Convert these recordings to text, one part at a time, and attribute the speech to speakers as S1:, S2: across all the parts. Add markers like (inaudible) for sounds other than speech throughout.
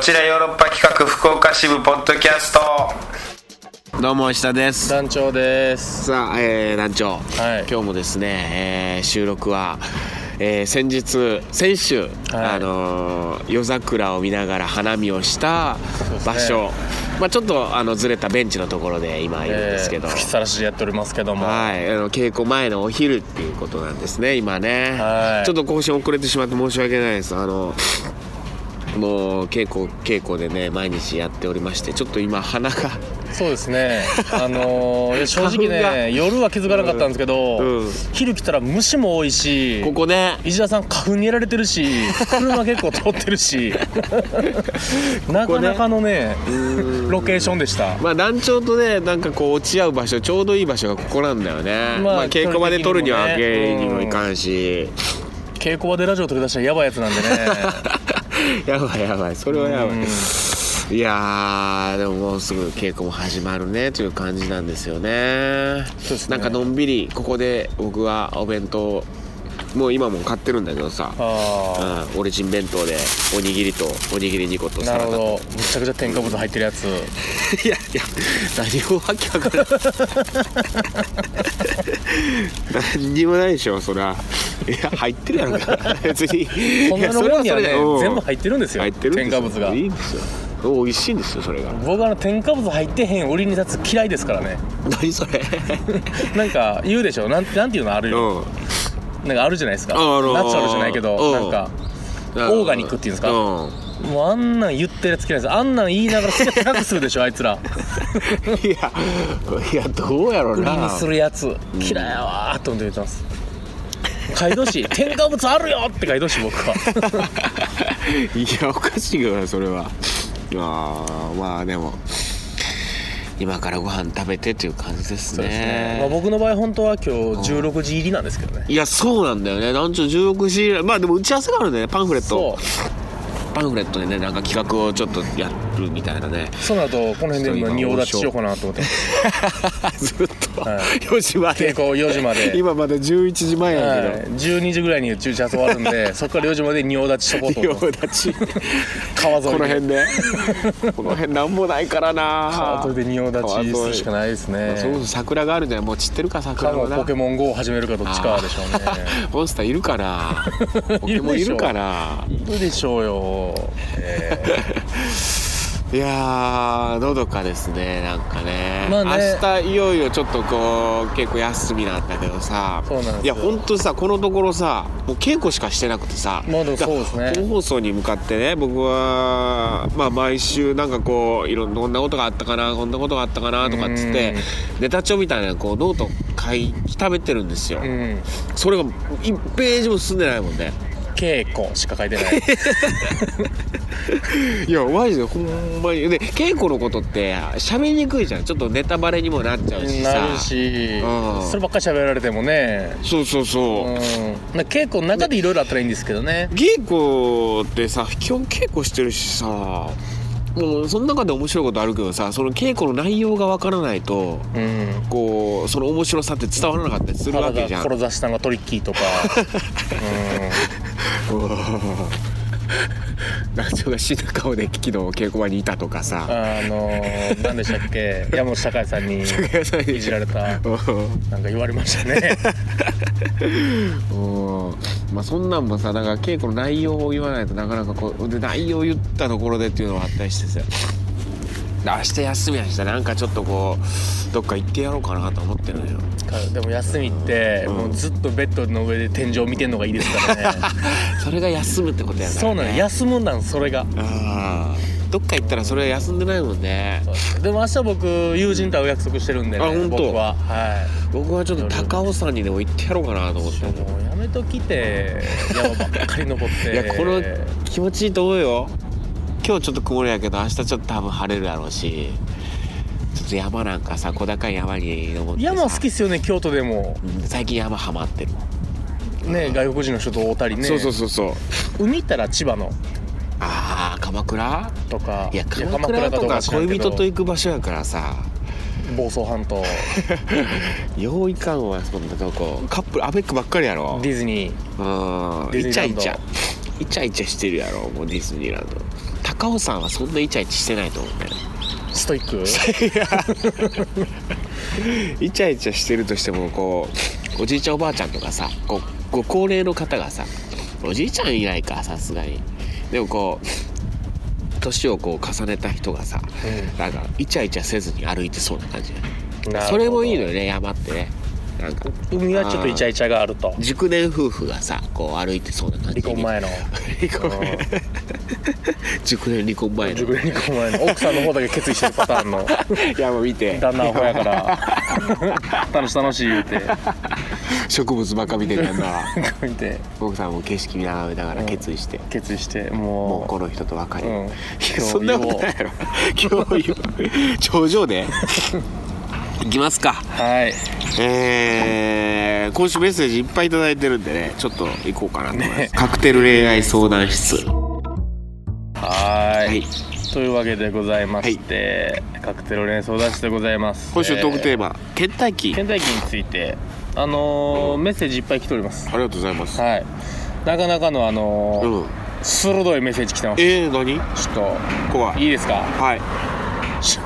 S1: ちらヨーロッパ企画福岡支部ポッドキャスト
S2: どうも石田です
S3: 団長です
S2: さあ、えー、団長、
S3: はい
S2: 今日もですね、えー収録は、えー先日先週、あのー夜桜を見ながら花見をした場所、まあ、ちょっとあのずれたベンチのところで今いるんですけど、
S3: えー吹きさらしでやっておりますけども
S2: はい、あの稽古前のお昼っていうことなんですね、今ね、
S3: はい
S2: ちょっと更新遅れてしまって申し訳ないです、あのもう稽古、稽古でね、毎日やっておりまして、ちょっと今、鼻が、
S3: そうですねあのーい
S2: (laughs)
S3: や正直
S2: 花粉が
S3: ね夜は気づかなかったんですけど、
S2: うんうん
S3: 昼来たら虫も多いし
S2: ここね、
S3: 石田さん花粉にやられてるし車結構通って
S2: (laughs)
S3: るしなかなかのねロケーションでした
S2: まあ、団長とね、なんかこう、落ち合う場所、ちょうどいい場所がここなんだよね、ま
S3: ま
S2: あ
S3: あ
S2: 稽古場で撮るには
S3: 距離的
S2: 芸
S3: にもね
S2: にもいかんし、
S3: 稽古場でラジオ取り出したらやばいやつなんでね
S2: (laughs) やばいやばい、それはやばい。
S3: うん
S2: いやーでももうすぐ稽古も始まるねという感じなんですよね
S3: そうです
S2: な
S3: ね
S2: んかのんびりここで僕はお弁当もう今も買ってるんだけどさ、
S3: あ
S2: うん、オリジン弁当でおにぎりとおにぎり2個と
S3: あ
S2: サ
S3: なる
S2: ラダ
S3: ほ
S2: と
S3: どむちゃくちゃ添加物入ってるやつ
S2: いやいや何もわけわからない何にもないでしょそりゃいや入ってるやろ
S3: (laughs)
S2: か別に
S3: こん
S2: いや
S3: なの
S2: それ
S3: もんには
S2: そ
S3: ね
S2: れでうん
S3: 全部入ってるんですよ
S2: 入ってるんです
S3: 添
S2: よ
S3: 加物が
S2: いいんですよ美味しいんですよそれが
S3: 僕あの添加物入ってへん売りに立つ嫌いですからね
S2: 何それ
S3: なんか言うでしょなんなんていうのあるよ、
S2: うん
S3: なんかあるじゃないですか、
S2: あある
S3: ナチュラルじゃないけど、
S2: うん
S3: なんかオーガニックっていうんですか
S2: うん
S3: もうあんなん言ってるやつ嫌いですあんなん言いながら好き高くするでしょあいつら
S2: いやいやどうやろう
S3: 売り
S2: な
S3: にするやつ嫌いやわーって思って言ってます買い年添加物あるよって買い年僕は
S2: いやおかしいよなそれはあーまあでも今からご飯食べてという感じです
S3: そう
S2: ね
S3: ですね、 (laughs) まあ、僕の場合本当は今日16時入りなんですけどね
S2: いやそうなんだよね団長16時まあでも打ち合わせがあるんだよねパンフレッ
S3: そ
S2: トパンフレットでねなんか企画をちょっとやるみたいなね (laughs)
S3: うその後この辺で今仁王立ちしようかなと思って (laughs)
S2: ずっと、
S3: はい
S2: 4時ま
S3: 稽
S2: で
S3: 古4時まで
S2: 今まだ11時前やけど、
S3: はい、12時ぐらいに駐車終わる
S2: (laughs)
S3: んでそこから4時まで仁王立ちしとこうと思って
S2: 仁王立ち
S3: 川沿いで
S2: この辺でこの辺なんもないからな
S3: 川沿いで仁王立ちするしかないですね
S2: そもそも桜があるんじゃないもう散ってるか
S3: か
S2: 桜
S3: も
S2: もな
S3: ポケモン GO を始めるかどっちかでしょうね
S2: モンスターいるから
S3: (laughs)
S2: ポケモンいるから
S3: いるでしょうよ、え
S2: いやーのどかですねなんかね,、
S3: まあね
S2: 明日いよいよちょっとこう結構休みなんだけどさ
S3: そうなんですよ
S2: いやほんとさこのところさもう稽古しかしてなくてさ、
S3: まあでもそうですね
S2: だから本放送に向かってね僕は、まあ、毎週なんかこういろんなことがあったかなこんなことがあったかなとかっつってネタ帳みたいなこうノート書いためてるんですよ、 (laughs)
S3: ーうん、
S2: それが1ページも進んでないもんね
S3: 稽古しか書いてない
S2: いやマジでほんまにで稽古のことって喋りにくいじゃんちょっとネタバレにもなっちゃうしさ
S3: なるし、
S2: うん
S3: そればっかり喋られてもね、
S2: そうそう
S3: うん
S2: そう、、
S3: まあ稽古の中でいろいろあったらいいんですけどね
S2: 稽古ってさ基本稽古してるしさもうその中で面白いことあるけどさその稽古の内容がわからないと
S3: うん
S2: こうその面白さって伝わらなかったりするわ
S3: 原
S2: け
S3: 田
S2: じゃん
S3: 転ざしたのがトリッキ
S2: (laughs)
S3: ーとか、
S2: (laughs) 団長が死んだ顔で昨日稽古場にいたとか
S3: うん、
S2: さ
S3: あのー、何でしたっけ山本社会さ
S2: (laughs)
S3: んにいじられた
S2: うん
S3: なんか言われましたね
S2: うんまあそんなんもさなんか稽古の内容を言わないとなかなかこうで内容を言ったところでっていうのはあったりしてさで明日休みやしさなんかちょっとこうどっか行ってやろうかなと思ってるのよ
S3: でも休みってもうずっとベッドの上で天井見てんのがいいです
S2: (laughs)
S3: からね
S2: それが休むってことやから、ね、
S3: そうなの
S2: や
S3: 休むなんそれが
S2: あーどっか行ったらそれは休んでないもんね
S3: でも明日僕友人と会う約束してるんでね、
S2: あ本当
S3: 僕はは
S2: 僕はちょっと高尾山にでも行ってやろうかなと思って
S3: いもうやめときて山ばっかり登っ
S2: (laughs)
S3: て
S2: いやこの気持ちいいと思うよ今日ちょっと曇りやけど明日ちょっと多分晴れるだろうしちょっと山なんかさ小高い山に登ってさ
S3: 山好きっすよね京都でも
S2: うん最近山ハマってる、
S3: ね外国人の人と会うたりね
S2: そうそうそうそう
S3: 海行ったら千葉の
S2: ああ鎌倉
S3: とか
S2: いや鎌倉とか恋人と
S3: 行
S2: 行く場所やからさ
S3: 房総
S2: (laughs)
S3: 半島
S2: よういかんわそんなとこカップルアベックばっかりやろ
S3: ディズニー
S2: うん
S3: ディズ
S2: イ
S3: ニー
S2: チ
S3: ラ
S2: ャ
S3: ン
S2: イ
S3: ド
S2: チャイチャイチャしてるやろもうディズニーランド高尾山はそんなイチャイチャしてないと思うんだよね
S3: ストイック
S2: イチャイチャしてるとしてもこうおじいちゃんおばあちゃんとかさこうご高齢の方がさおじいちゃんいないかさすがにでもこう年をこう重ねた人がさ、
S3: う
S2: なんかイチャイチャせずに歩いてそうな感じだね (laughs)
S3: なるほど
S2: それもいいのよね山ってねなんか
S3: 海はちょっとイチャイチャがあると
S2: 熟年夫婦がさこう歩いてそうな感じ
S3: 離婚前の
S2: (laughs) 離婚前熟年離婚前の
S3: 熟年離婚前の奥さんの方だけ決意してるパターンの
S2: 山見て
S3: (laughs) 旦那アホやから (laughs) 楽しい楽しい言うて
S2: 植物ばっか見てる旦那は
S3: 見て
S2: 奥さんも景色見ながら決意して、
S3: 決意して
S2: もうこ
S3: も
S2: の人と別れる、
S3: うん
S2: いやそんなことないやろ (laughs) 今日言頂上でいきますか
S3: うはい
S2: えー今週メッセージいっぱいいただいてるんでねちょっと行こうかなと思います、カクテル恋愛相談室
S3: は
S2: はい
S3: いというわけでございまして、カクテル連相談室でございます
S2: 今週トークテー
S3: マ
S2: マ「倦怠期」あり
S3: 倦怠期についてあのーメッセージいっぱい来ております
S2: がとうございます、
S3: はいなかなかのあのー
S2: うん、
S3: 鋭いメッセージ来てます
S2: えー、何
S3: ちょっ
S2: 怖
S3: と
S2: い
S3: いいですか
S2: はい
S3: し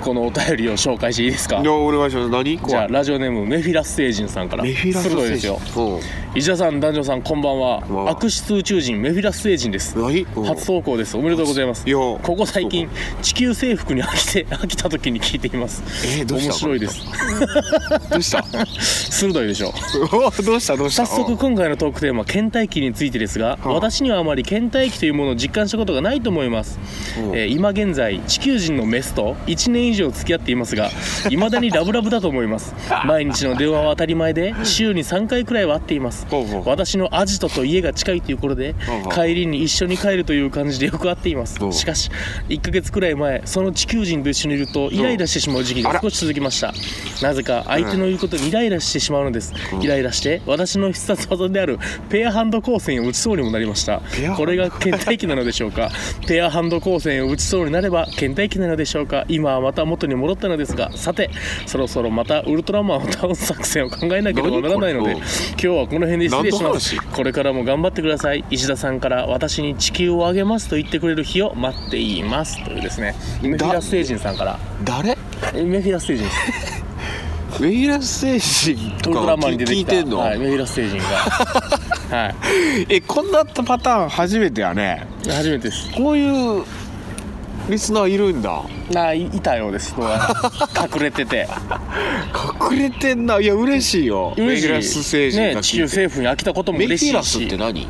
S3: このお便りを紹介していいですか
S2: いやお願いします何
S3: じゃ
S2: 怖
S3: あ
S2: い
S3: ラジオネームメフィラス星人さんから
S2: メフィラス
S3: 鋭いですよ
S2: うん
S3: 石田さん男女さんこんばん
S2: う
S3: は
S2: わ
S3: 悪質宇宙人メフィラス星人です
S2: 何うん
S3: 初投稿ですおめでとうございます
S2: いや
S3: ここ最近地球征服に飽きて (laughs) 飽きた時に聞いています
S2: えーどうした
S3: 面白いです
S2: どうした
S3: 鋭いでしょ
S2: (laughs) おどうしたどうした
S3: 早速今回のトークテーマ倦怠期についてですが、
S2: あ
S3: 私にはあまり倦怠期というものを実感したことがないと思います、
S2: うん
S3: えー今現在地球人のメスと1年以上付き合って
S2: (laughs)
S3: いますがいまだにラブラブだと思います毎日の電話は当たり前で週に3回くらいは会っています
S2: ほうほう
S3: 私のアジトと家が近いということで
S2: ほうほう
S3: 帰りに一緒に帰るという感じでよく会っています
S2: ほう
S3: しかし1ヶ月くらい前その地球人と一緒にいるとイライラしてしまう時期
S2: あ
S3: が
S2: ら
S3: 少し続きましたなぜか相手の言うことにイライラしてしまうのです、イライラして私の必殺技であるペアハンド光線を打ちそうにもなりました
S2: ペアハンド
S3: これが倦怠期なのでしょ
S2: (laughs)
S3: うかペアハンド光線を打ちそうになれば倦怠期なのでしょうか今はまた元に戻ったのですがさてそろそろまたウルトラマンを倒す作戦を考えなければならない
S2: 何こ
S3: ので
S2: れうん
S3: 今日はこの辺で失礼します
S2: 何の
S3: これからも頑張ってください石田さんから私に地球をあげますと言ってくれる日を待っていますというですねメフィラス星人さんから
S2: 誰
S3: えメフィラス星人です
S2: ウェイラス星人
S3: ウ
S2: と
S3: ル
S2: か
S3: トラマンに出て
S2: 聞
S3: き
S2: い
S3: た
S2: てんの、
S3: はい、メフィラス星人がはい
S2: (laughs) えこんなパターン初めてやね
S3: 初めてです
S2: こういうリスナーいるんだ
S3: ないいたようです人が隠れてて
S2: 隠れてんないや嬉しいよ
S3: 嬉し
S2: メ
S3: い
S2: フィラス星人
S3: ね
S2: が聞い
S3: 地球
S2: て
S3: 政府に飽きたことも
S2: メフ
S3: 嬉し
S2: ィラ
S3: い
S2: ス
S3: し
S2: って何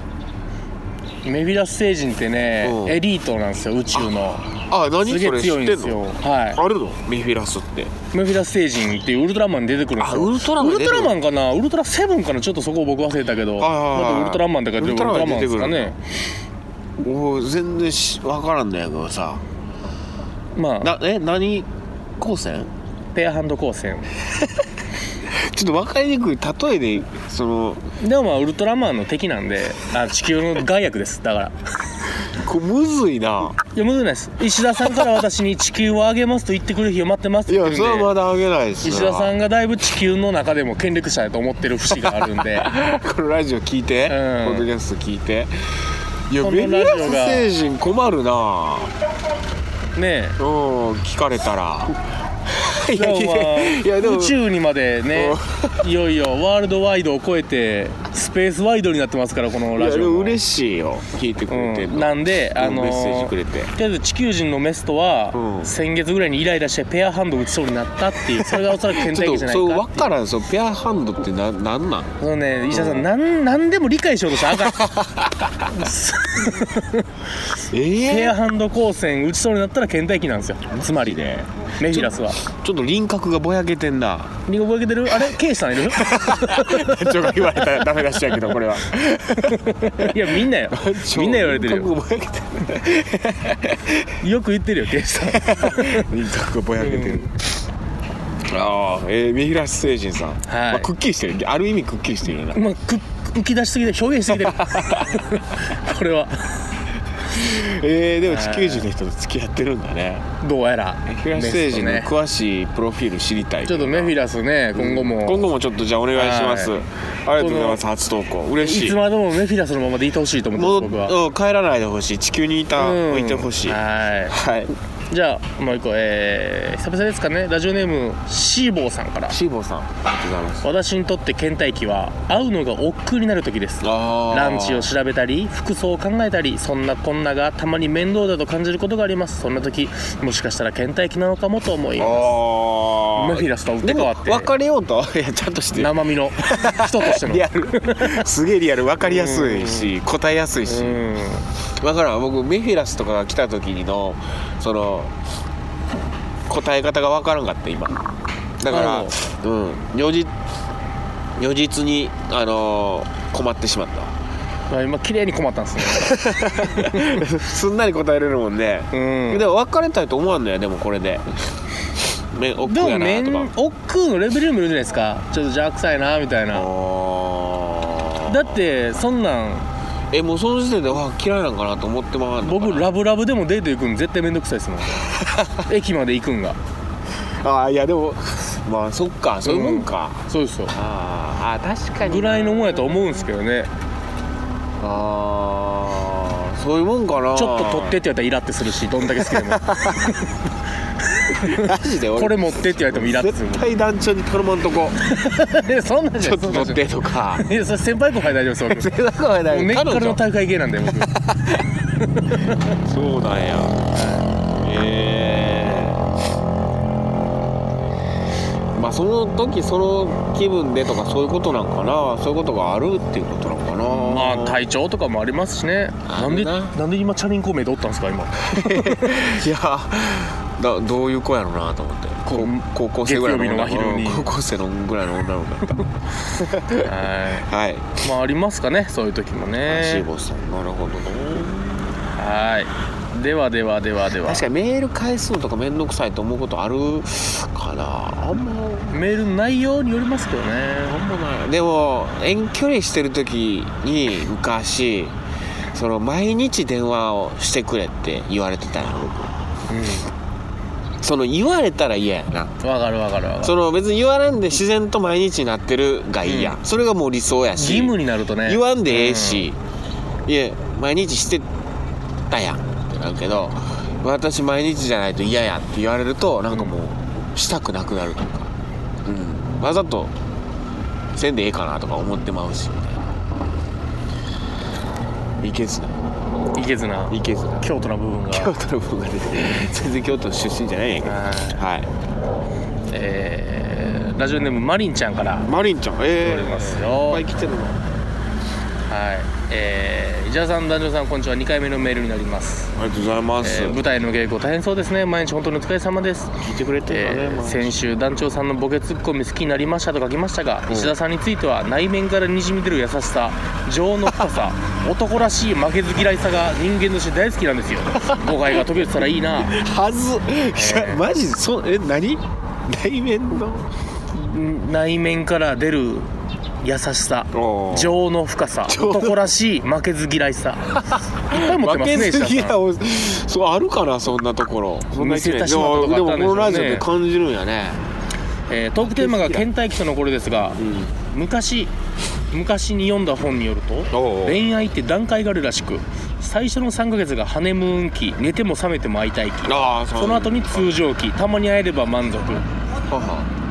S3: メフィラス星人ってね
S2: うん
S3: エリートなんですよ宇宙の
S2: あ何
S3: すげ
S2: そ
S3: え
S2: れ知
S3: 強いん
S2: って
S3: で
S2: ん
S3: すよ
S2: の
S3: はい
S2: あるのメフィラスって
S3: メフィラス星人っていうウルトラマンに出てくるんですよ
S2: あウルトラマン
S3: ウ
S2: 出
S3: ル
S2: てく
S3: ト
S2: る
S3: ラマンかなウルトラセブンかなちょっとそこを僕忘れたけど
S2: はいはいはい
S3: だってウルトラマンだから
S2: ウルトラマン
S3: ウルですか
S2: 出
S3: ね
S2: おー全然し分からんねんけどさ
S3: まあ
S2: なえ何光線
S3: ペアハンド光線
S2: ちょっと分かりにくい例えでその
S3: でもまあウルトラマンの敵なんであ地球の害悪ですだから
S2: こむずいない
S3: や無理ないです石田さんから私に地球をあげますと言ってくれる日を待ってます
S2: い
S3: って言っ
S2: や
S3: て
S2: それ
S3: るん
S2: は
S3: で
S2: まだあげないです
S3: 石田さん
S2: ん
S3: がだいぶ地球の中でも権力者やと思ってる節があるんで
S2: (laughs) このラジオ聞いて、
S3: うん
S2: ポッドキャスト聞いていや
S3: この
S2: メフィ
S3: ラ
S2: ラ
S3: ジオ
S2: ス
S3: が
S2: 星人困るな
S3: ね
S2: うん聞かれた
S3: (laughs)
S2: ら
S3: え
S2: い
S3: で
S2: や
S3: も
S2: い
S3: ま
S2: やいやで
S3: あ
S2: も
S3: 宇宙にまでねいよいよワールドワイドを超えてスペースワイドになってますからこの
S2: いや
S3: ラ
S2: で
S3: ジオ
S2: も
S3: も
S2: 嬉しいよ聞いてくれて
S3: う
S2: の
S3: ん、なんで、あのー
S2: メッセージくれて
S3: とりあえず地球人のメスとは、
S2: うん
S3: 先月ぐらいにイライラしてペアハンド打ちそうになったっ
S2: (laughs)
S3: ていうそれがおそらく倦
S2: ち
S3: 怠
S2: ょ
S3: 期
S2: っ
S3: じ
S2: と
S3: ゃない
S2: そう
S3: か
S2: 分
S3: っていう
S2: からんそのペアハンドってななんなん
S3: そのね石田さんなんなんでも理解しようとしたらあ
S2: (laughs)
S3: かん
S2: え
S3: ペア
S2: え
S3: ハンド光線打ちそうになったら倦怠期なんですよつまりねメフィラスは
S2: ちょっと輪郭がぼやけてん
S3: (laughs)
S2: な
S3: リンゴ覚えてるあれケイシさん
S2: (laughs)
S3: いる
S2: ちょが言われたらダメ出しやけどこれはい
S3: やみんなよ (laughs) みんな言われてるよ
S2: 輪郭がぼやけてる
S3: よく言ってるよケイシさん
S2: (laughs) 輪郭がぼやけてる、ああえー、メフィラス星人さん、まあ、くっきりしてるある意味くっきりしてるよな (laughs)
S3: まあ、く浮き出しすぎて表現しすぎてるこれは
S2: (laughs) えー、でも地球人の人と付き合ってるんだね
S3: どうやら
S2: フィラス星人の
S3: ね
S2: 詳しいプロフィール知りたい
S3: ちょっとメフィラスね今後も
S2: 今後もちょっとじゃあお願いします、
S3: はい
S2: ありがとうございます初投稿嬉し
S3: い
S2: い
S3: つまでもメフィラスのままでいてほしいと思ってます僕は
S2: 戻っうん帰らないでほしい地球にいた、置いてほしいは
S3: はいいじゃあもう一個えー、久々ですかねラジオネームシーボーさんから
S2: シーボーさんありがとうございます
S3: 私にとって倦怠期は会うのが億劫になる時です
S2: あー
S3: ランチを調べたり服装を考えたりそんなこんながたまに面倒だと感じることがありますそんな時もしかしたら倦怠期なのかもと思い
S2: あ
S3: ま
S2: ー
S3: メフィラスと打って
S2: で
S3: 変わ
S2: も
S3: って
S2: 分かれようといやちゃんとして
S3: す生身の人としての
S2: リアルすげえリアル分かりやすいし答えやすいし
S3: うん
S2: 分からん僕メフィラスとかが来た時のその答え方が分からんかった今だから
S3: あ
S2: うん如実如実にあのー困ってしまっ
S3: まあ今綺麗に困ったんですね
S2: た (laughs) すんなり答えれるもんね、
S3: うん
S2: でも別れたいと思わんのやでもこれで (laughs) めおっく
S3: でも
S2: やな
S3: 面
S2: とか
S3: 億劫のレベルもいるじゃないですかちょっと邪悪臭いなみたいな
S2: あー
S3: だってそんなん
S2: えもうその時点でわ嫌いなんかなと思ってまわんのかな
S3: 僕ラブラブでもデート行くん絶対面倒くさい (laughs) ですもん駅まで行くんが
S2: ああいやでも (laughs) まあそっかそういうもんか、
S3: そうですよ
S2: あーあー確かにな
S3: ぐらいのもんやと思うんですけどね
S2: ああそういうもんかな
S3: ちょっと取ってって言われたらイラってするしどんだけ好きで (laughs) も
S2: てマジで俺
S3: これ持ってって言われてもイラってする
S2: 絶対団長に頼まんと
S3: (laughs)
S2: こ
S3: いやそんなんじ
S2: ち
S3: ゃ
S2: ょ
S3: な
S2: っと
S3: い
S2: 取ってとか
S3: いやそれ先輩後輩大丈夫です
S2: 絶
S3: 僕
S2: 対仲はな
S3: もう根
S2: い
S3: っからの
S2: 彼
S3: (laughs) 大会系なんで僕
S2: 女そうなんやええまあその時その気分でとかそういうことなんかなそういうことがあるっていうことなのかな
S3: まあ体調とかもありますしね
S2: あ
S3: なん
S2: る
S3: で
S2: な
S3: なんで今チャリンコ名でおったんですか
S2: (laughs)
S3: 今
S2: いやだどういう子やろうなと思ってこ
S3: こう
S2: 高校生ぐらいの女の
S3: 月曜日のお昼
S2: う
S3: に
S2: ん高校生のぐらいの女の子だっ
S3: は
S2: たはい
S3: いまあありますかねそういう時も
S2: シ
S3: ね
S2: ーボさんなるほどな
S3: はいではではではでは
S2: 確かにメール返すのとか面倒くさいと思うことあるかなあんま
S3: メールの内容によりますけどね
S2: なんもないでも遠距離してる時に昔その毎日電話をしてくれって言われてたな僕その言われたら嫌やな
S3: うんわかるわかるわかる
S2: その別に言われんで自然と毎日になってるがいいや、
S3: うん
S2: それがもう理想やし
S3: 義務になるとね
S2: 言わんでええし、いや毎日してたやんってなるけど私毎日じゃないと嫌やって言われるとなんかもうしたくなくなるとか、うん、わざとせんでええかなとか思ってまうしみたいないけずな
S3: うんいけずない
S2: けずな
S3: 京都な部分が
S2: 京都の方がね (laughs) 全然京都出身じゃないんやけど
S3: はい
S2: はい
S3: えーラジオネームマリンちゃんから
S2: マリンちゃんえ
S3: おり
S2: え
S3: ます
S2: いっ
S3: よ
S2: ぱい来てるの
S3: はい、えー、伊沢さん、男女さん、こんにちは、2回目のメールになります。
S2: ありがとうございま
S3: え
S2: す、
S3: ー舞台の稽古大変そうですね毎日本当にお疲れ様です
S2: 聞いてくれてるんだね
S3: えー
S2: 毎日
S3: 先週団長さんのボケツッコミ好きになりましたと書きましたが
S2: ん
S3: 石田さんについては内面からにじみ出る優しさ情の
S2: (laughs)
S3: 深さ男らしい負けず嫌いさが人間として大好きなんですよ誤解が解けてたらいいな
S2: はず、いやマジそえ何内面の
S3: ん内面から出る優しさ
S2: おー
S3: 情の深さ
S2: 情の
S3: 男らしい負けず嫌いさいっぱい持っ
S2: 負
S3: てます
S2: け
S3: ね石
S2: ず
S3: 田さん
S2: 嫌をそうあるかなそんなところそんな一面
S3: 見せたしまったとこ
S2: で
S3: あっ
S2: も
S3: た
S2: で
S3: ん
S2: もこのラジオで
S3: でしょ
S2: 感じるんやね
S3: えートークテーマが倦怠期との頃ですが、
S2: ん
S3: 昔昔に読んだ本による
S2: おうお
S3: と
S2: う
S3: 恋愛って段階があるらしく最初の3ヶ月がハネムーン期寝ても覚めても会いたい期
S2: ああ
S3: その後に通常期たまに会えれば満足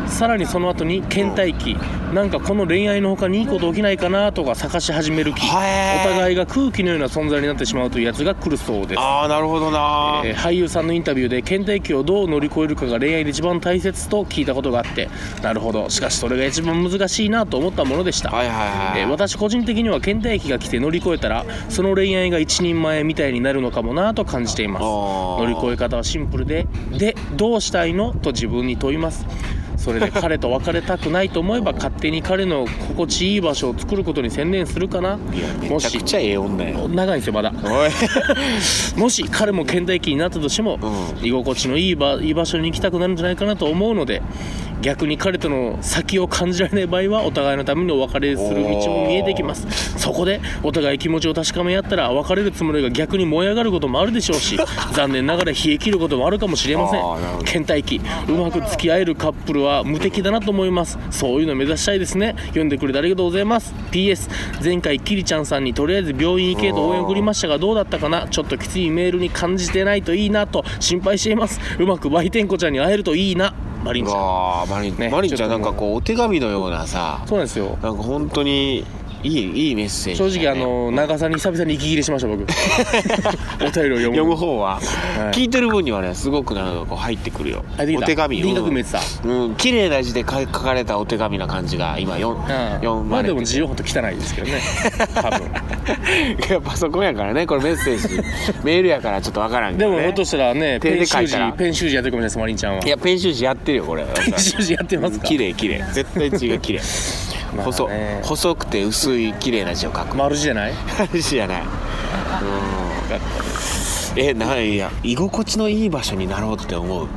S3: さらにその後に倦怠期なんかこの恋愛のほかにいいこと起きないかなとか探し始める期お
S2: へー
S3: 互いが空気のような存在になってしまうというやつが来るそうです
S2: ああなるほどな、
S3: えー俳優さんのインタビューで倦怠期をどう乗り越えるかが恋愛で一番大切と聞いたことがあってなるほどしかしそれが一番難しいなと思ったものでした、
S2: はいはいはい、
S3: えー私個人的には倦怠期が来て乗り越えたらその恋愛が一人前みたいになるのかもなと感じています
S2: あー
S3: 乗り越え方はシンプルで「でどうしたいの?」と自分に問いますそ
S2: (laughs)
S3: れで彼と別れたくないと思えば勝手に彼の心地いい場所を作ることに専念するかない
S2: やめ
S3: も
S2: ちゃく
S3: し
S2: ちゃええ女や
S3: 長いんですよまだ
S2: おい
S3: (laughs) もし彼も倦怠期になったとしても、
S2: う
S3: 居心地のいい場居場所に行きたくなるんじゃないかなと思うので逆に彼との先を感じられない場合はお互いのためにお別れする道も見えてきますそこでお互い気持ちを確かめ合ったら別れるつもりが逆に燃え上がることもあるでしょう
S2: (laughs)
S3: し残念ながら冷え切ることもあるかもしれませ
S2: あーなるほど
S3: ん倦怠期うまく付き合えるカップルは無敵だなと思いますそういうの目指したいですね読んでくれてありがとうございます PS 前回キリちゃんさんにとりあえず病院行けと応援を送りましたがどうだったかなちょっときついメールに感じてないといいなと心配していますうまく売店子ちゃんに会えるといいなマリンちゃん
S2: わあマリン、
S3: ね
S2: マリンちゃん
S3: ち
S2: な
S3: ょっともうん
S2: かこうお手紙のようなさ
S3: そうなんですよ
S2: なんか本当にいいいいメッセージだね、
S3: 正直あの長さに久々に息切れしました
S2: (laughs)
S3: 僕お便りを読む
S2: 読む方は、
S3: い
S2: 聞いてる分にはねすごくなんかこう入ってくるよ
S3: あでき
S2: お
S3: た
S2: 手紙
S3: 輪郭見えてた
S2: うんうん綺麗な字で書書かれたお手紙な感じが今読ん読
S3: うん、ま
S2: ま
S3: あ
S2: れ
S3: で
S2: て
S3: も
S2: る
S3: 字はほんと汚いですけどね
S2: (laughs)
S3: 多分
S2: い (laughs) やパソコンやからねこれメッセージ
S3: (laughs)
S2: メールやからちょっとわからんけ
S3: で
S2: ど、ね、
S3: もひょっとしたらね
S2: 手
S3: ペン
S2: で書
S3: 習
S2: いたら
S3: 字ペン習字やってるかもしれないですマリンちゃんはい
S2: やペン習字やってるよこれ
S3: (laughs) ペン習字やってますか
S2: 綺麗綺麗絶対字が綺麗
S3: (laughs) まあね
S2: 細細くて薄い綺麗な字を書く
S3: 丸字じゃない
S2: 話じゃない。うん。え、ないや、居心地のいい場所になろうって思う。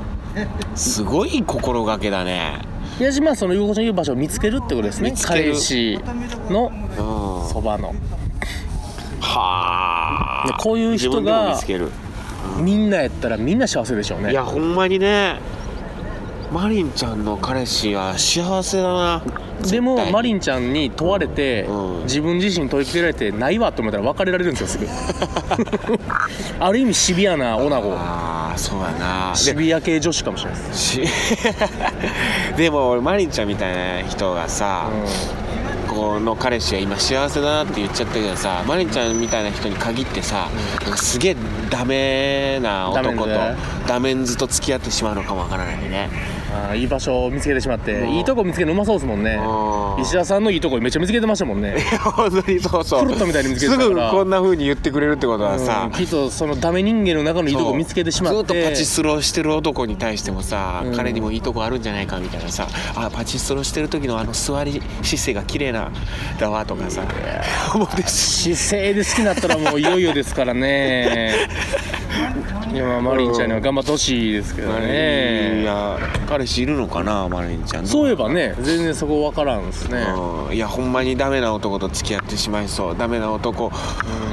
S2: すごい心がけだね。
S3: いやじまあその居心地のいい場所を見つけるってことですね
S2: 見つける
S3: 彼氏の
S2: うん。は
S3: そばの
S2: あ
S3: で。こういう
S2: 自
S3: 人が
S2: 分でも見つける。
S3: みんなやったらみんな幸せでしょうね
S2: いや、ほんまにね。マリンちゃんの彼氏は幸せだな。
S3: でもマ
S2: リン。
S3: リンちゃんに問われて、
S2: うん
S3: 自分自身に問いかけられてないわって思ったら別れられるんです
S2: (laughs)
S3: よすぐある意味シビアな女子
S2: ああ、そうやな。で
S3: シビア系女子かもしれないです
S2: し (laughs) でも俺マリンちゃんみたいな人がさ、この彼氏が今幸せだなって言っちゃったけどさマリンちゃんみたいな人に限ってさ、なんかすげえダメな男と
S3: ダメね
S2: ダメンズと付き合ってしまうのかもわからない
S3: (laughs)
S2: ね
S3: あーいい場所を見つけてしまって
S2: ん
S3: いいとこ見つけるのうまそうですもんね
S2: うん
S3: 石田さんのいいとこめっちゃ見つけてましたもんね
S2: 本当にそうそう
S3: 狂ったみたいに見つけ
S2: す
S3: てたから
S2: ぐこんな風に言ってくれるってことはさ、
S3: うんきっとそのダメ人間の中のいいとこ見つけてしまって
S2: ずっとパチスロしてる男に対してもさ、
S3: うん
S2: 彼にもいいとこあるんじゃないかみたいなさあパチスロしてる時のあの座り姿勢が綺麗なだわとか
S3: (laughs)
S2: さ思ってし
S3: 姿勢で好きになったらもういよいよですから (laughs) ねいやまあマリンちゃんには頑張ってほしいですけど
S2: い
S3: ね
S2: や彼氏いるのかなマリンちゃん
S3: そういえ
S2: ば
S3: ばね全然そこ分からんですね
S2: いやほんまにダメな男と付き合ってしまいそうダメな男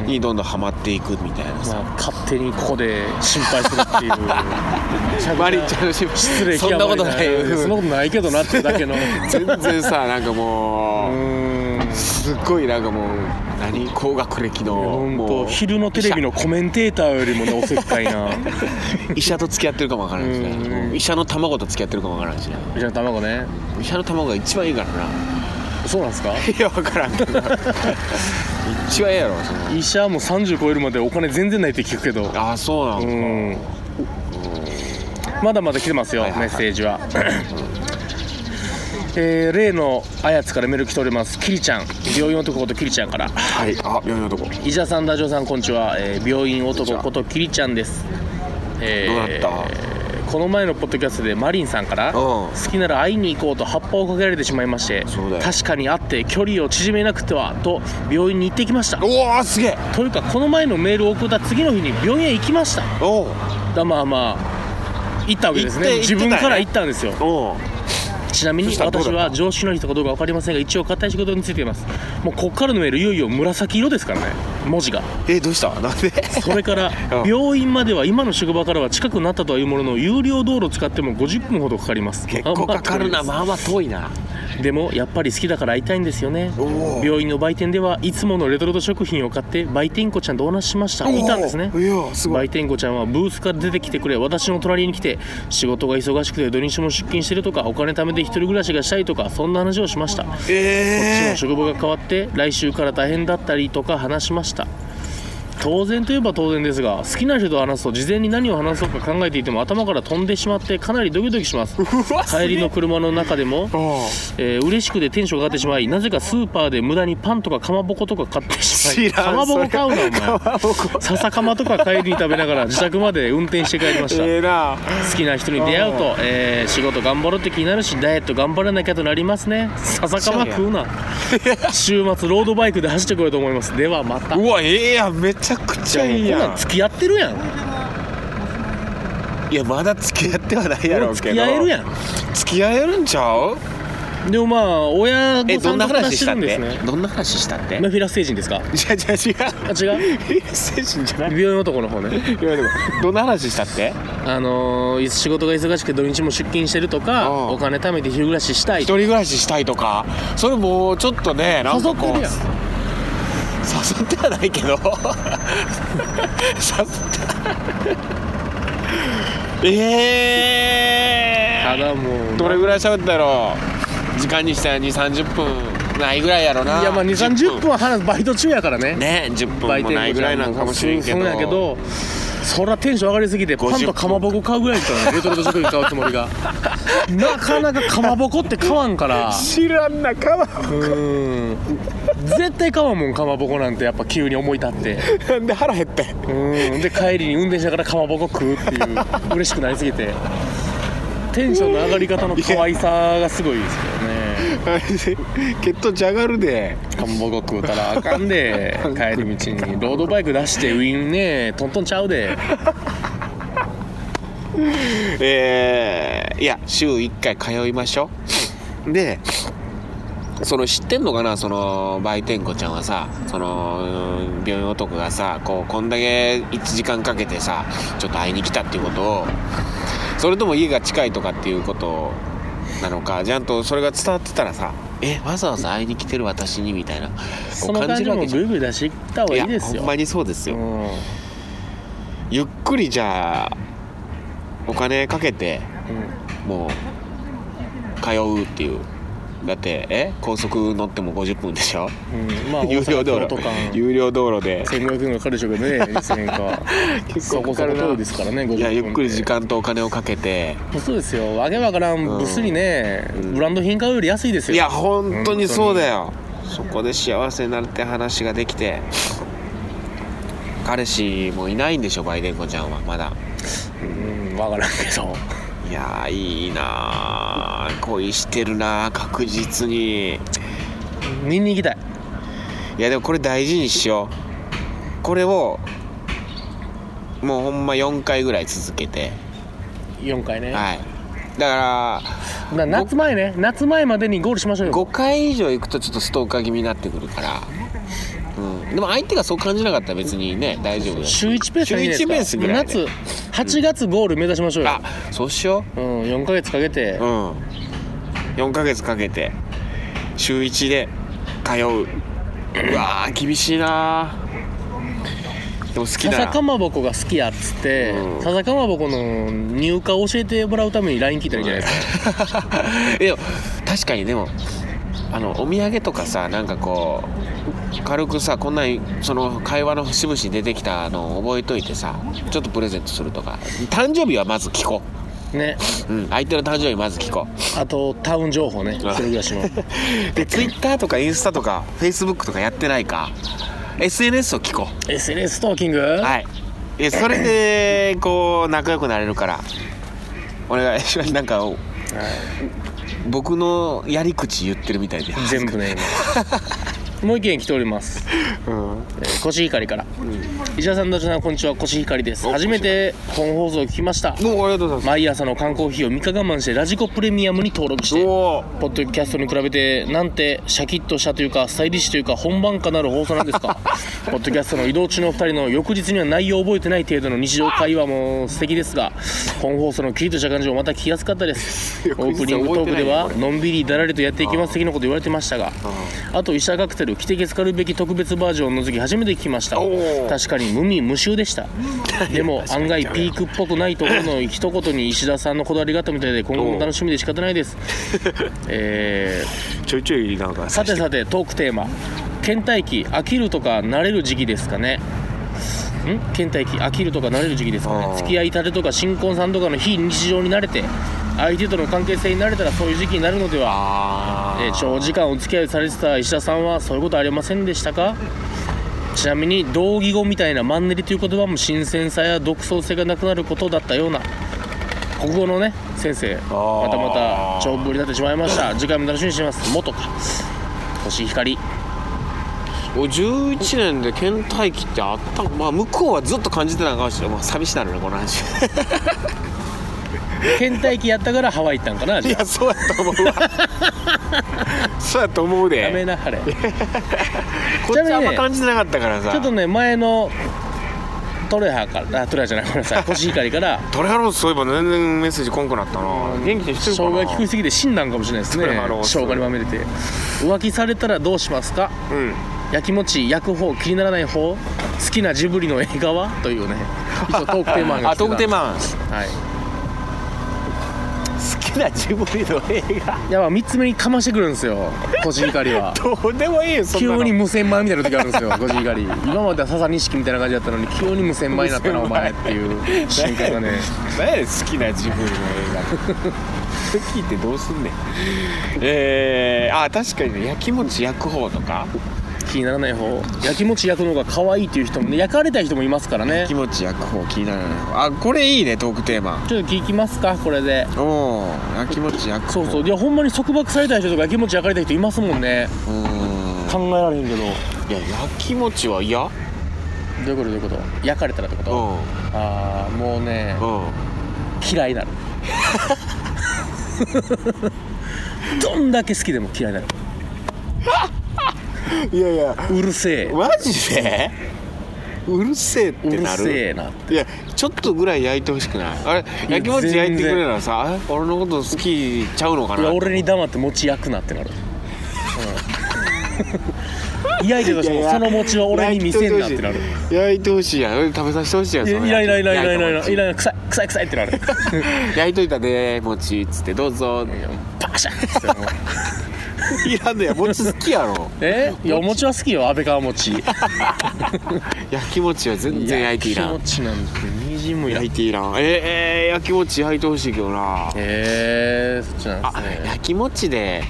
S2: にどんどんハマっていくみたいなさ、
S3: まあ勝手にここで心配するっていうめち (laughs) ゃくちゃ
S2: マリンちゃんの心配
S3: 失礼
S2: そんなことない
S3: 極まりそんなことないけどなってだけ (laughs) のう
S2: 全然さなんかもう、
S3: ーん
S2: すっごいなんかもう何高学歴の
S3: 本
S2: も
S3: 当
S2: う
S3: 昼のテレビのコメンテーターよりもねおせっか
S2: (laughs)
S3: いな
S2: 医者と付き合ってるかもわからないしね、
S3: うん
S2: うん医者の卵と付き合ってるかもわからないしね
S3: うちの卵ね
S2: 医者の卵が一番いいからな (laughs)
S3: そうなんですか
S2: いやわからんけど一番ええやろその
S3: 医者も30超えるまでお金全然ないって聞くけど
S2: ああそうなの、
S3: うんまだまだ来てますよ、
S2: はいはいはい
S3: メッセージはえー例のあやつからメール来ておりますキリちゃん病院男ことキリちゃんから
S2: はいあ病院男ど
S3: 伊者さんダジョウさんこんにちは、えー病院男ことキリちゃんですえ
S2: うなっ
S3: ー
S2: た、
S3: この前のポッドキャストでマリンさんから、
S2: うん
S3: 好きなら会いに行こうと葉っぱをかけられてしまいまして
S2: そうだよ
S3: 確かに会って距離を縮めなくてはと病院に行ってきました
S2: おおすげえ
S3: というかこの前のメールを送った次の日に病院へ行きました
S2: おう
S3: だまあまあ行ったわけですね
S2: 行って
S3: 自
S2: 行ってたね
S3: 分から行ったんですよ
S2: おう
S3: ちなみ
S2: そ
S3: に
S2: したらどうだ
S3: 私
S2: った
S3: は常識の人かどうか分かりませんが一応固い仕事についていますもうこっからのメールいよいよ紫色ですからね文字が
S2: えどうしたなん
S3: (laughs)
S2: で
S3: それから
S2: (laughs) うん
S3: 病院までは今の職場からは近くなったとはいうものの有料道路を使っても50分ほどかかります
S2: 結構かかるな
S3: ま
S2: (laughs) ま
S3: あまあ
S2: あまあ遠いな
S3: 遠いですでもやっぱり好きだから会いたいんですよね
S2: おー
S3: 病院の売店ではいつものレトルト食品を買って売店子ちゃんとお話ししましたいたんですね
S2: おういやすごい
S3: 売店子ちゃんはブースから出てきてくれ私の隣に来て仕事が忙しくて土日も出勤してるとかお金貯めて一人暮らしがしたいとかそんな話をしましたこっち
S2: え
S3: も職場が変わって来週から大変だったりとか話しました当然といえば当然ですが好きな人と話すと事前に何を話そうか考えていても頭から飛んでしまってかなりドキドキします
S2: わすげえ
S3: 帰りの
S2: (laughs)
S3: 車の中でも、えー、嬉しくてテンションが上がってしまいなぜかスーパーで無駄にパンとかかまぼことか買ってしまい
S2: 知らん
S3: かまぼこ買うなお前
S2: かまぼこ
S3: 笹かまとか帰りに食べながら自宅まで運転して帰りました、
S2: ええな
S3: 好きな人に出会うと、えー仕事頑張ろうって気になるしダイエット頑張らなきゃとなりますね笹かま食うな週末ロードバイクで走ってこようと思いますではまた
S2: うわええやんめちゃくちゃいい
S3: こん
S2: や
S3: なん
S2: ん
S3: 付き合ってるやん
S2: いやまだ付き合ってはないやろうけ
S3: 付
S2: ど
S3: き合えるや
S2: 付き合えるんちゃうん
S3: でもまあ親
S2: え
S3: 御
S2: ど
S3: さ
S2: ん
S3: ん
S2: な
S3: と話
S2: 話
S3: し
S2: してた
S3: る
S2: っ
S3: んで
S2: て
S3: すね
S2: どんな話したって
S3: メフィラス星人ですか
S2: じゃじゃ違う
S3: あ
S2: (laughs)
S3: 違う
S2: 精神じゃない
S3: 美容の男の方ね
S2: いやでもどんな話したって
S3: あのー仕事が忙しくて土日も出勤してるとか
S2: うん
S3: お金貯めて昼暮らししたい
S2: 一人暮らししたいとかそれもうちょっとねなん
S3: 誘
S2: か
S3: っ
S2: こう
S3: てるやん
S2: 誘ってはないけど誘ってはええ
S3: ただもう
S2: どれぐらい喋ったろう時間にしたら2 3 0分ないぐらいやろない
S3: やまあ2 3 0分は話すバイト中やからね
S2: ね10分もないぐらいなんかもしれんけど
S3: そうやけどそらテンション上がりすぎてパンとかまぼこ買うぐらいからねレトルト食品買うつもりがなかなかかまぼこって買わんから
S2: 知らんなかわ
S3: うーん絶対買わんもんかまぼこなんてやっぱ急に思い立って
S2: なんで腹減って
S3: うーんで帰りに運転しながらかまぼこ食うっていう嬉しくなりすぎてテンションの上がり方の可愛さがすごいですけ
S2: (laughs) 血糖値上がるで
S3: どねかまぼこ食うたらあかんで帰り道にロードバイク出してウィンねトントンちゃうで
S2: えーいや週1回通いましょうでその知ってんのかなその売店子ちゃんはさそのうん病院男がさこうこんだけ1時間かけてさちょっと会いに来たっていうことをそれとも家が近いとかっていうことなのかちゃんとそれが伝わってたらさえわざわざ会いに来てる私にみたいなこう
S3: その感じ
S2: るわ
S3: も
S2: け
S3: グ
S2: じゃん
S3: イグイ出していった方が
S2: い
S3: い
S2: や
S3: いですよ
S2: ほんまにそうですよ、
S3: うん
S2: ゆっくりじゃあお金かけてもう通うっていうだってえ高速乗っても50分でしょ
S3: うんうんま
S2: (laughs)
S3: あ
S2: 有料道路
S3: 大阪京都間
S2: 有料道路で
S3: 1500円がかかるでしょうけどね2000円か
S2: (laughs) 結
S3: そ
S2: 構
S3: こ
S2: かか
S3: そこ
S2: るな
S3: 遠いですからね50分
S2: いやゆっくり時間とお金をかけて
S3: そうですよわけわからん
S2: うん
S3: ブスにね、
S2: ん
S3: ブランド品買うより安いですよ
S2: いや本当にそうだよそこで幸せになるって話ができて彼氏もいないんでしょバイデン子ちゃんはまだ
S3: うんわからんけど
S2: いやーいいなー恋してるなー確実に
S3: 見に行きたい
S2: いやでもこれ大事にしようこれをもうほんま4回ぐらい続けて
S3: 4回ね、
S2: はいだか
S3: な夏前ね夏前までにゴールしましょう
S2: ら
S3: よ
S2: 5回以上行くとちょっとストーカー気味になってくるから、うん、でも相手がそう感じなかったら別にね大丈夫だし
S3: 週1ペースでいいじゃないです
S2: 週一ペース
S3: か
S2: ぐらいで
S3: 夏8月ゴール目指しましょうよ
S2: あ、そうしよ
S3: うん、4ヶ月かけて
S2: ううん4ヶ月かけて週1で通ううわー厳しいなーでも好きだ
S3: 笹
S2: な
S3: かまぼこが好きやっつって、
S2: うん
S3: 笹かまぼこの入荷を教えてもらうために LINE 聞いたらいいんじゃないですか、
S2: (laughs) でも確かにでもあのお土産とかさなんかこう軽くさこんなんその会話の節々に出てきたのを覚えといてさちょっとプレゼントするとか誕生日はまず聞こ
S3: ね
S2: う、うん、相手の誕生日まず聞こ
S3: あとタウン情報ね一人暮ら
S2: (laughs)
S3: しの
S2: うで Twitter とかインスタとか Facebook とかやってないか SNS を聞こ
S3: SNS トーキング、
S2: うはいえそれでこう仲良くなれるからお願いしますなんか僕のやり口言ってるみたいで
S3: 全部ね
S2: (laughs)
S3: 今もう一件来ております、えーコシヒカリから、石田さんダチョウさんこんにちはコシヒカリです
S2: お
S3: 初めて本放送を聞きました
S2: どうもありがとうございます
S3: 毎朝の缶コーヒーを3日我慢してラジコプレミアムに登録して
S2: おお
S3: ポッドキャストに比べてなんてシャキッとしたというかスタイリッシュというか本番かなる放送なんです
S2: (laughs)
S3: かポッドキャストの移動中の2人の翌日には内容を覚えてない程度の日常会話も素敵ですが本放送のキリッとした感じもまた聞きやすかったですオ
S2: 翌日
S3: ープニングトーク
S2: 覚え
S3: では
S2: てないよこ
S3: のんびりだらりとやっていきます的なこと言われてましたがあと医者カクテル「着てけつかるべき特別バージョン」を除き初めて聞きました
S2: おー
S3: 確かに無味無臭
S2: (laughs)
S3: でしたでも案外ピークっぽくないところの一言に石田さんのこだわりがあったみたいで今後も楽しみで仕方ないですえー
S2: ちょいちょいなんか
S3: さてさてトークテーマ倦怠期飽きるとか慣れる時期ですかねん倦怠期飽きるとか慣れる時期ですか
S2: あ
S3: ね
S2: ー
S3: 付き合いたてとか新婚さんとかの非日常に慣れて相手との関係性に慣れたらそういう時期になるのでは、
S2: あ
S3: えー長時間お付き合いされてた石田さんはそういうことありませんでしたかちなみに同義語みたいなマンネリという言葉も新鮮さや独創性がなくなることだったような国語のね先生
S2: ー
S3: またまた長文になってしまいました次回も楽しみにしてます元か星光
S2: お11年で倦怠期ってあったまあ向こうはずっと感じてないかもしれない、まあ、寂しなるねこの (laughs) 話
S3: 倦怠期やったからハワイ行ったんかなじ
S2: い
S3: ゃあ
S2: やそうやと思う (laughs) わそうやと思うで
S3: やめなあれ
S2: こっちあんま感じてなかったからさ
S3: ちょっとね前のトレハからあトレハじゃないごめんな
S2: (laughs)
S3: さいコシヒカリから
S2: トレハローズそういえば全然メッセージこんくなったな元気にして
S3: 生
S2: るか
S3: 姜
S2: な
S3: が効きすぎて死んだんかもしれないですね
S2: トレハロー
S3: 生
S2: ス
S3: 姜にまみれて浮気されたらどうしますか
S2: うん
S3: やきもち焼く方気にならない方好きなジブリの映画はというね一応トークテーマが来てた
S2: あトークテーマ
S3: はい
S2: 好きなジブリの映画
S3: いやまあ3つ目にかましてくるんですよコシヒカリは
S2: どうでもいいよ (laughs) そんな
S3: 急
S2: の
S3: に無線米みたいな時あるんですよ、ゴジ狩り。今までは笹錦みたいな感じだったのに、急に無線米になったな、お前ってい
S2: (laughs)
S3: う瞬間がね、
S2: 何やねん好きなジブリの映 (laughs) 画聞いてどうすんねんえー、あ確かにねやきもち焼く方とか
S3: 気にならない方、焼きもち焼くのが可愛いっていう人もね、焼かれたい人もいますからね
S2: やき。もち焼く方気にならない方あこれいいねトークテーマ
S3: ちょっと聞きますか、これで。
S2: おおやきもち焼く
S3: そ
S2: 方
S3: うそう、いや、ほんまに束縛された人とか、焼きもち焼かれた人いますもんね。
S2: うーん
S3: 考えられへんけど。ど
S2: いややきもちは嫌うん
S3: ういうこと、どういうこと焼かれたらってことああ、もうね、
S2: うん
S3: 嫌いになる。どんだけ好きでも嫌いになる。
S2: いやいや
S3: うるせえ。
S2: マジでうるせえっ
S3: う
S2: て
S3: る
S2: なる
S3: せえな。
S2: いやちょっとぐらい焼いてほしくないあれ
S3: や
S2: 焼きもち焼いてくれたらさあれ俺のこと好きちゃうのか
S3: い
S2: な
S3: や俺に黙って餅焼くなってなる、うん、焼いてたしもその餅は俺に見せんなってなる
S2: 焼いてほしいやん食べさせてほしいやん
S3: い
S2: その
S3: やいらいらいらいらいらいらい
S2: 焼
S3: らい臭い臭い臭いってな (laughs) る
S2: い焼いといたで餅っつってどうぞ
S3: パシャッってもう
S2: いらんのや餅好きやろ
S3: えいやお餅は好きよ安倍川餅
S2: 焼き餅は全然焼いていら
S3: や気
S2: ん
S3: 持ちなんてみじんもいらん
S2: 焼いていらんえー、焼き餅焼いてほしいけどな
S3: えー、そっちなん
S2: あ
S3: ですね
S2: 焼き餅で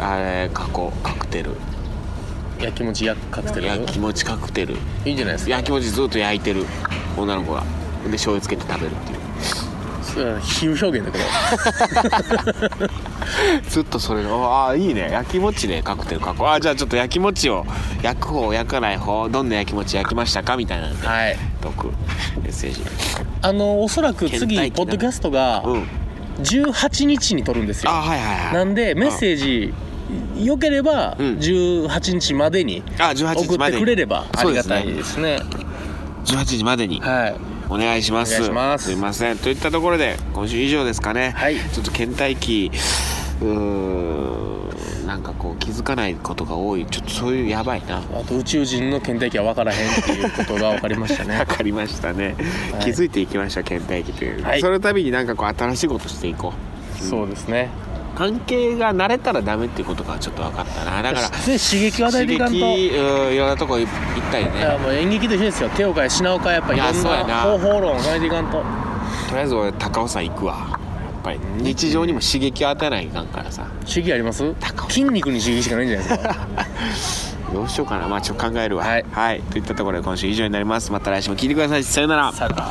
S2: あれ過去カクテル
S3: 焼き餅焼くカクテル
S2: 焼き餅カクテル
S3: いいんじゃないですか
S2: 焼き餅ずっと焼いてる女の子がで醤油つけて食べるっていう
S3: うん比喩表現だけど
S2: (laughs) ずっとそれがああいいね焼き餅でカクテルかっこああじゃあちょっと焼き餅を焼く方焼かない方どんな焼き餅焼きましたかみたいなので
S3: はい
S2: 解くメッセージ
S3: あのおそらく
S2: 倦
S3: 次
S2: 怠期だ
S3: ポッドキャストが
S2: うん
S3: 18日に撮るんですよ
S2: あはいはいはい
S3: なんでメッセージ良ければ
S2: うん
S3: 18日までに
S2: あ18
S3: 送
S2: 日
S3: っ
S2: ま
S3: て
S2: で
S3: く
S2: に
S3: れればあ
S2: そう
S3: り
S2: で
S3: が
S2: す
S3: た
S2: ね
S3: いですね
S2: 18時までに
S3: はい
S2: お願いします
S3: お願いします
S2: すいませんといったところで今週以上ですかね
S3: はい
S2: ちょっと倦怠期うーんなんかこう気づかないことが多いちょっとそういうやばいな
S3: あと宇宙人の倦怠期は分からへんっていうことが分かりました
S2: (laughs) わ
S3: ね
S2: かりましたね、
S3: はい
S2: 気づいていきましょう倦怠期という、
S3: はい
S2: そのたびになんかこう新しいことしていこう
S3: そうですね
S2: 関係が慣れたらダメっていうことがちょっと分かった
S3: (laughs)
S2: なだから
S3: で刺激を与
S2: 刺
S3: えて
S2: 激
S3: いかんとい
S2: うんいろんなとこ行ったりね
S3: やもう演劇と一緒ですよ手を変え品を変えやっぱりいろん
S2: いやそうやな
S3: な方法論を変えていかんと
S2: とりあえず俺高尾山行くわやっぱり日常にも刺激を与えないといかんからさ
S3: 刺激あります
S2: 高尾
S3: 筋肉に刺激しかないんじゃな
S2: (laughs)
S3: いですか
S2: どうしようかなまあちょっと考えるわ
S3: はい
S2: といったところで今週以上になりますまた来週も聞いてくださいさよなら
S3: さよなら